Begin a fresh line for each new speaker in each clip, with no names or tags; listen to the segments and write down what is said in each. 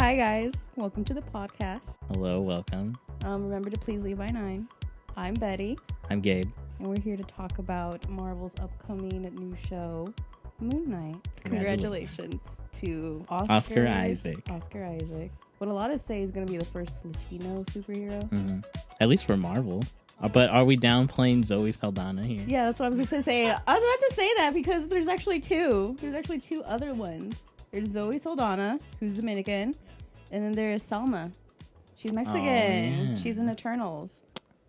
Hi, guys. Welcome to the podcast.
Hello, welcome.
Um, remember to please leave by nine. I'm Betty,
I'm Gabe.
and we're here to talk about Marvel's upcoming new show, Moon Knight. Congratulations to Oscar,
Oscar Isaac.
Oscar Isaac. What a lot of say is going to be the first Latino superhero.
hmm At least for Marvel. Uh, But are we downplaying Zoe Saldana here?
Yeah, that's what I was going to say. I was about to say that because there's actually two. There's actually two other ones. There's Zoe Saldana, who's Dominican, and then there is Salma. She's Mexican.
Oh, yeah.
She's in Eternals.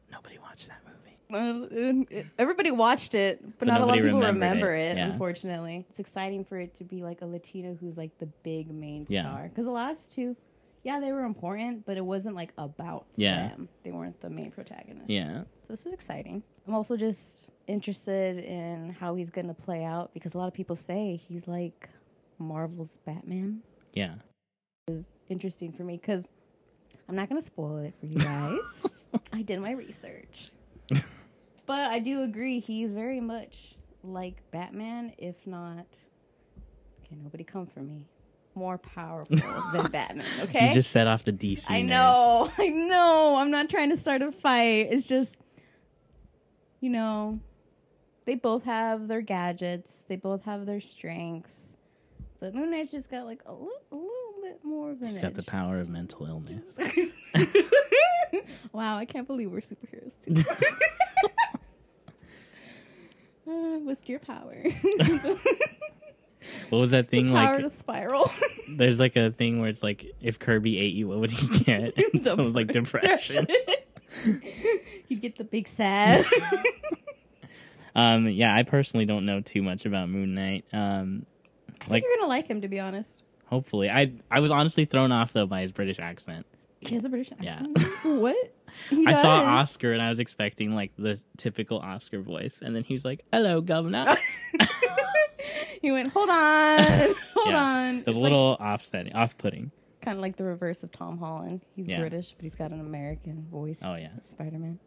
Nobody watched that movie.
Uh, everybody watched it, but,
But
not a lot of
nobody
people
remembered
remember it.
it, yeah.
Unfortunately, it's exciting for it to be like a Latina who's like the big main
Yeah.
star. Because the last two, yeah, they were important, but it wasn't like about
Yeah.
them. They weren't the main protagonist.
Yeah.
So this is exciting. I'm also just interested in how he's going to play out because a lot of people say he's like Marvel's Batman.
Yeah.
Is interesting for me because I'm not going to spoil it for you guys. I did my research. but I do agree he's very much like Batman, if not Can nobody come for me. More powerful than Batman, okay?
You just set off the DC.
I
nerves.
know, I know. I'm not trying to start a fight. It's just, you know, they both have their gadgets. They both have their strengths. But Moon Knight just got like a little, a little bit more of an
He's
edge.
got the power of mental illness.
wow, I can't believe we're superheroes too. Uh, with your power,
What was that thing
power
like?
to spiral.
There's like a thing where it's like, if Kirby ate you, what would he get? And so it was like depression.
You'd get the big sad.
Um, yeah, I personally don't know too much about Moon Knight. Um,
I
Like-
think you're gonna like him, to be honest.
hopefully, I I was honestly thrown off though by his British accent.
He has a British
Yeah.
accent. what? He
I saw
does.
Oscar and I was expecting like the typical Oscar voice, and then he was like, "Hello, governor."
he went, hold on, hold
Yeah.
on.
It was a little offsetting, off-putting.
kind of like the reverse of Tom Holland. He's
Yeah.
British, but he's got an American voice.
Oh, yeah.
Spider Man.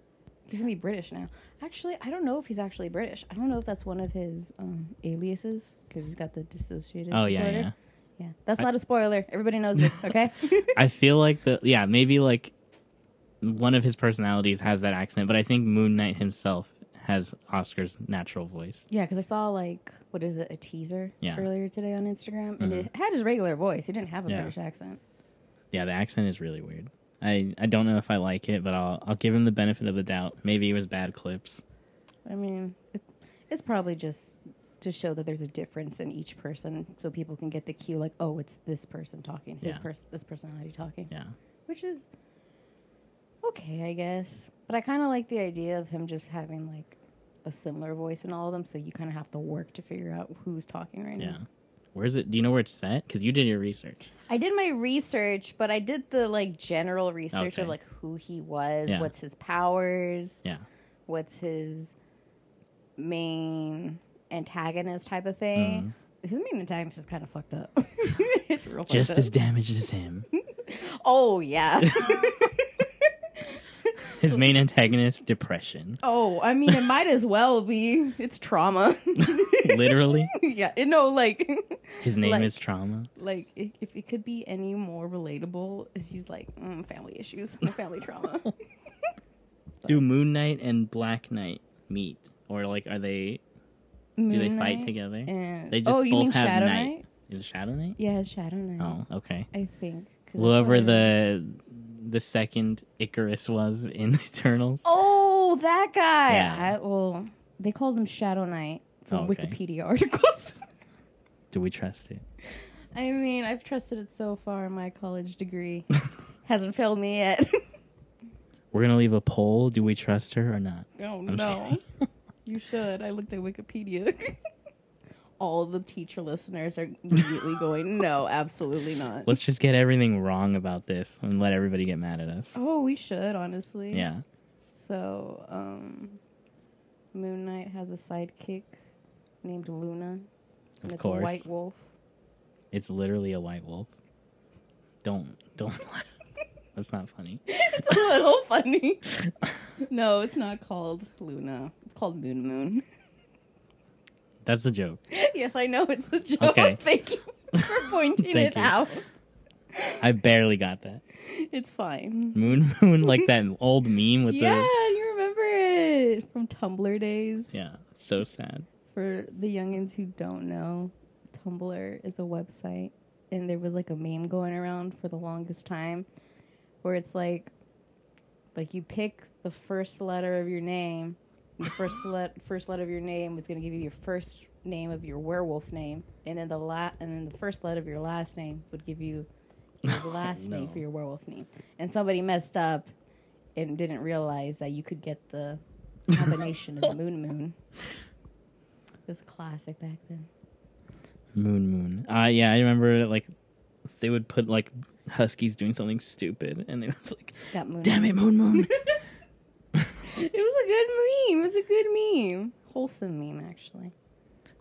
He's gonna be British now. Actually, I don't know if he's actually British. I don't know if that's one of his um, aliases because he's got the dissociative
Oh yeah,
disorder.
yeah.
yeah. That's not a spoiler. Everybody knows this, okay?
I feel like the yeah maybe like one of his personalities has that accent, but I think Moon Knight himself has Oscar's natural voice.
Yeah, because I saw like what is it, a teaser
Yeah. Mm-hmm.
earlier today on Instagram, and it had his regular voice. He didn't have a
Yeah.
British accent.
Yeah, the accent is really weird. I I don't know if I like it, but I'll I'll give him the benefit of the doubt. Maybe it was bad clips.
I mean, it, it's probably just to show that there's a difference in each person, so people can get the cue, like, oh, it's this person talking, his
Yeah.
person, this personality talking,
Yeah,
which is okay, I guess. But I kind of like the idea of him just having like a similar voice in all of them, so you kind of have to work to figure out who's talking right now.
yeah. Where's it? Do you know where it's set? Because you did your research.
I did my research, but I did the like general research
Okay.
of like who he was,
Yeah.
what's his powers,
Yeah.
what's his main antagonist type of thing.
Mm-hmm.
His main antagonist is kind of fucked up. it's real fucked
Just
up.
as damaged as him.
oh yeah.
His main antagonist, depression.
oh, I mean, it might as well be. It's trauma.
Literally,
yeah, you know, like,
his name
Like-
is trauma.
like i- if it could be any more relatable, he's like mm, family issues, family trauma.
Do Moon Knight and Black Knight meet, or like, are they? Do they
Moon
fight
Knight
together?
And
They just
oh, you
both
mean
have
Shadow
Knight.
Knight?
Is it Shadow Knight?
Yeah, it's Shadow Knight.
Oh, okay.
I think. 'cause that's what
Whoever
I-
the the second Icarus was in Eternals.
Oh, that guy.
Yeah.
I, well, they called him Shadow Knight from
Oh, okay.
Wikipedia articles.
Do we trust it?
I mean, I've trusted it so far. My college degree hasn't failed me yet.
We're gonna leave a poll. Do we trust her or not?
oh
I'm
no, you should. I looked at Wikipedia. All the teacher listeners are immediately going, "No, absolutely not."
Let's just get everything wrong about this and let everybody get mad at us.
oh, we should honestly.
Yeah.
So, um, Moon Knight has a sidekick named Luna.
Of
and it's
course.
a white wolf.
It's literally a white wolf. Don't don't laugh. That's not funny.
It's a little funny. No, it's not called Luna. It's called Moon Moon.
That's a joke.
yes, I know it's a joke.
Okay.
Thank you for pointing
Thank
it
you.
out.
I barely got that.
It's fine.
Moon Moon, like that old meme with
Yeah,
the
you remember it from Tumblr days.
yeah, so sad.
For the youngins who don't know, Tumblr is a website, and there was like a meme going around for the longest time, where it's like, like you pick the first letter of your name, and the first let first letter of your name is gonna give you your first name of your werewolf name, and then the la- and then the first letter of your last name would give you your last name
Oh, no.
for your werewolf name, and somebody messed up, and didn't realize that you could get the combination of moon moon. It was classic back then.
Moon Moon. Uh yeah, I remember like they would put like huskies doing something stupid, and it was like,
Got moon.
damn it, Moon Moon.
It was a good meme. It was a good meme. Wholesome meme, actually.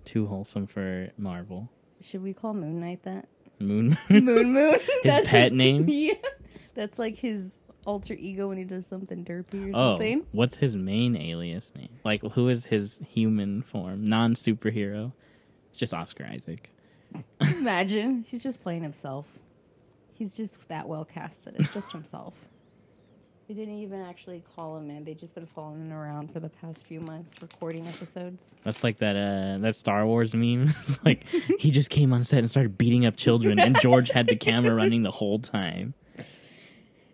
Too wholesome for Marvel.
Should we call Moon Knight that?
Moon Moon.
Moon Moon.
pet name?
Yeah, that's like his alter ego when he does something derpy or
Oh,
something.
what's his main alias name? Like, who is his human form? Non superhero. It's just Oscar Isaac.
Imagine he's just playing himself. He's just that well casted. It's just himself. They didn't even actually call him in. They just been following him around for the past few months, recording episodes.
That's like that uh that Star Wars meme. it's like he just came on set and started beating up children, and George had the camera running the whole time.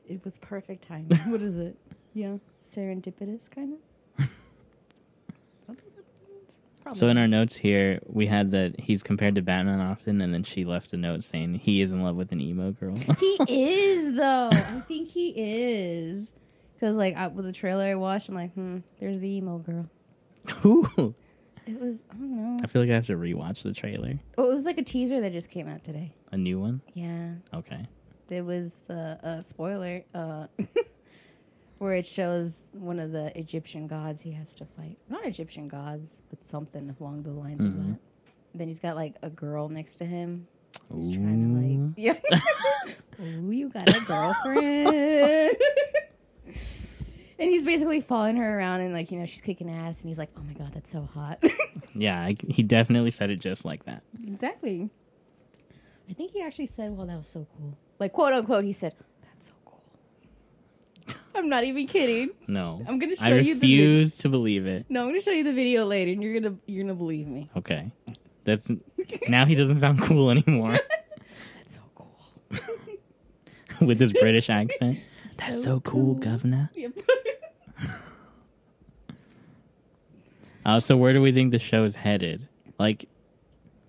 It was perfect timing. what is it? Yeah, serendipitous kind of. Probably.
So in our notes here, we had that he's compared to Batman often, and then she left a note saying he is in love with an emo girl.
he is though. I think he is. Cause like I, with the trailer I watched, I'm like, hmm, there's the emo girl.
Ooh.
It was I don't know.
I feel like I have to rewatch the trailer.
Oh, it was like a teaser that just came out today.
A new one?
Yeah.
Okay.
there was the uh, spoiler uh, where it shows one of the Egyptian gods he has to fight. Not Egyptian gods, but something along the lines of that. Then he's got like a girl next to him. He's trying to like, yeah. Ooh, you got a girlfriend. and he's basically following her around and like, you know, she's kicking ass and he's like, oh my God, that's so hot.
Yeah, I, he definitely said it just like that.
Exactly. I think he actually said, "Well, that was so cool." Like quote unquote, he said, "That's so cool." I'm not even kidding.
No.
I'm gonna
I
show you the vid-
refuse to believe it.
No, I'm gonna show you the video later, and you're gonna you're gonna believe me.
Okay. That's now he doesn't sound cool anymore
That's so cool.
with his British accent. That's so,
So cool.
cool, governor.
Yep.
Uh, so where do we think the show is headed? Like, do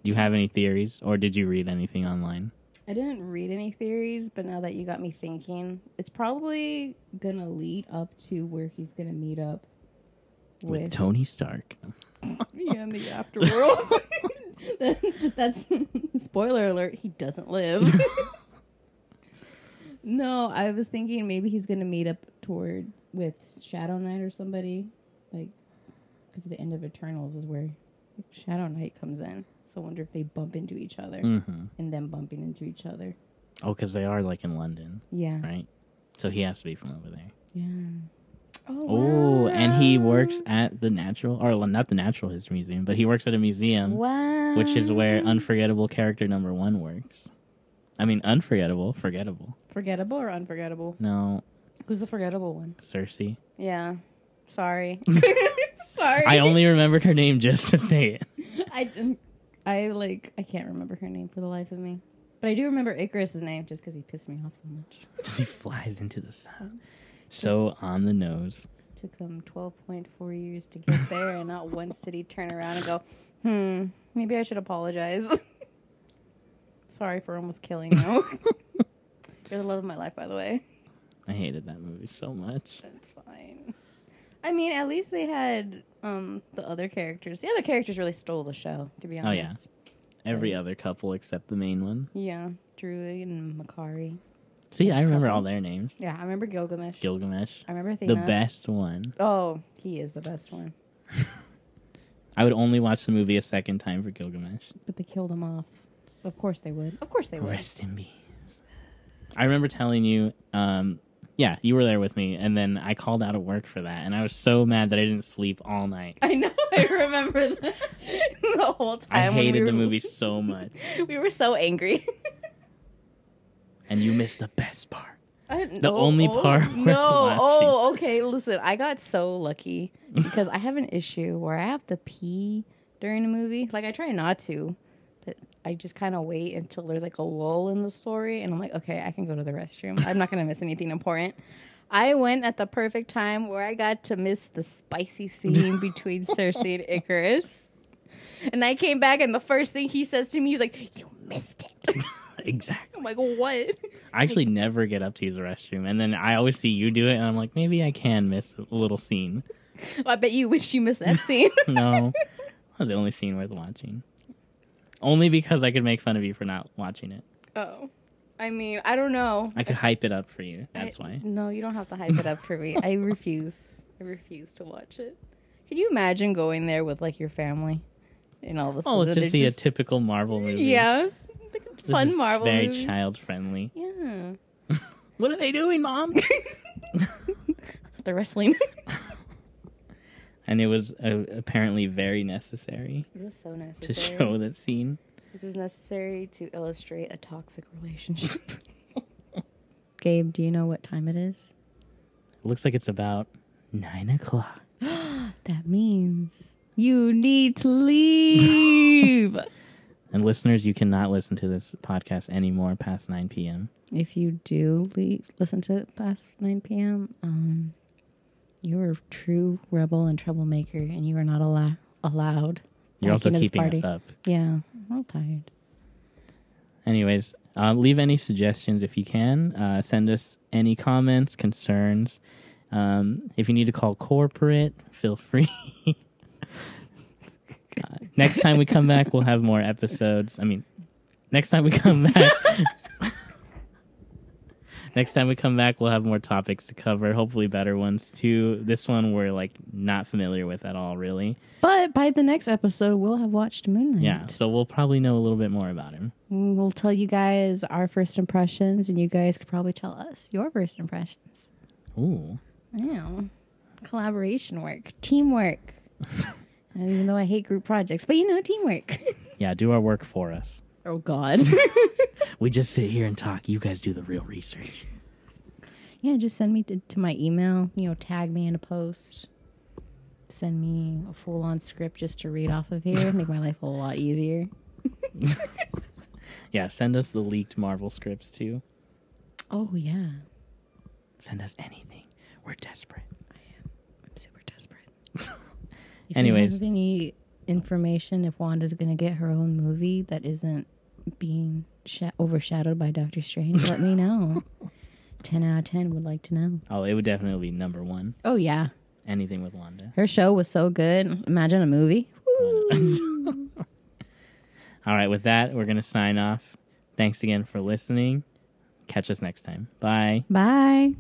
you have any theories, or did you read anything online?
I didn't read any theories, but now that you got me thinking, it's probably gonna lead up to where he's gonna meet up
With Tony Stark.
yeah, in the afterworld. That- That's spoiler alert. He doesn't live. no, I was thinking maybe he's gonna meet up toward with Shadow Knight or somebody, like because the end of Eternals is where Shadow Knight comes in. So I wonder if they bump into each other
Mm-hmm.
and them bumping into each other.
Oh, because they are like in London,
Yeah,
right? So he has to be from over there.
yeah. Oh,
Oh, and he works
wow.
at the Natural, or well, not the Natural History Museum, but he works at a museum,
Wow,
which is where unforgettable character number one works. I mean, unforgettable, forgettable.
forgettable or unforgettable?
No,
Who's the forgettable one?
Cersei.
Yeah. Sorry. Sorry.
I only remembered her name just to say it.
I didn't- I like I can't remember her name for the life of me. But I do remember Icarus's name just because he pissed me off so much.
'Cause he flies into the sun.
So,
So on the nose.
took him 12.4 years to get there, and not once did he turn around and go, hmm, maybe I should apologize. Sorry for almost killing you. You're the love of my life, by the way.
I hated that movie so much.
That's fine. I mean, at least they had um, the other characters. The other characters really stole the show, to be
Oh, yeah.
honest.
Every other couple except the main one.
yeah. Druid and Makari.
See,
Next
I remember
couple.
all their names.
Yeah, I remember Gilgamesh.
Gilgamesh,
I remember
the
Athena.
best one.
Oh, he is the best one.
I would only watch the movie a second time for Gilgamesh.
But they killed him off. Of course they would. Of course they would.
Rest in peace. I remember telling you, um, yeah, you were there with me, and then I called out of work for that, and I was so mad that I didn't sleep all night.
I know. I remember that the whole
I
time. when we
hated the
were-
movie so much.
We were so angry.
and you missed the best part.
I didn't-
The only part worth
no.
watching.
Oh, okay. Listen, I got so lucky because I have an issue where I have to pee during a movie. Like I try not to, but I just kind of wait until there's like a lull in the story, and I'm like, okay, I can go to the restroom. I'm not gonna miss anything important. I went at the perfect time where I got to miss the spicy scene between Cersei and Icarus. And I came back, and the first thing he says to me, he's like, "You missed it."
Exactly.
I'm like, "What?"
I actually never get up to use the restroom, and then I always see you do it, and I'm like, maybe I can miss a little scene.
I bet you wish you missed that scene.
No, that was the only scene worth watching. Only because I could make fun of you for not watching it.
Oh, I mean, I don't know.
I could hype it up for you. That's
I-
why.
No, you don't have to hype it up for me. I refuse. I refuse to watch it. Can you imagine going there with like your family, and all of a sudden
Oh, let's
they're
just see a typical Marvel movie.
yeah, like a
This
fun
is
Marvel
Very
movie.
child friendly.
yeah,
What are they doing, mom?
the wrestling.
and it was uh, apparently very necessary
it was so
to
necessary.
show that scene.
This was necessary to illustrate a toxic relationship. Gabe, do you know what time it is?
It looks like it's about nine o'clock.
That means you need to leave.
And listeners, you cannot listen to this podcast anymore past 9 p.m.
if you do leave, listen to it past 9 p.m., um, you are a true rebel and troublemaker, and you are not allo- allowed.
You're
back
also
into this
keeping
party.
us up.
Yeah, I'm all tired.
Anyways, uh, leave any suggestions if you can. Uh, send us any comments, concerns. Um, if you need to call corporate, feel free. Uh, next time we come back, we'll have more episodes. I mean, next time we come back. Next time we come back, we'll have more topics to cover. Hopefully, better ones too. This one we're like not familiar with at all, really.
But by the next episode, we'll have watched Moon Knight.
Yeah, so we'll probably know a little bit more about him.
We'll tell you guys our first impressions, and you guys could probably tell us your first impressions.
Ooh,
Wow. Collaboration work, teamwork. Even though I hate group projects, but you know, teamwork.
yeah, do our work for us.
oh, God.
We just sit here and talk. You guys do the real research.
Yeah, just send me to, to my email. You know, tag me in a post. Send me a full on script just to read off of here. Make my life a lot easier.
Yeah, send us the leaked Marvel scripts too.
Oh, yeah.
Send us anything. We're desperate.
I'm super desperate. if
Anyways.
You have any information if Wanda's going to get her own movie that isn't being sha- overshadowed by Doctor Strange, let me know. 10 out of 10 would like to know.
Oh, it would definitely be number one.
Oh, yeah.
Anything with Wanda.
Her show was so good. Imagine a movie.
All right, with that, we're going to sign off. Thanks again for listening. Catch us next time. Bye.
Bye.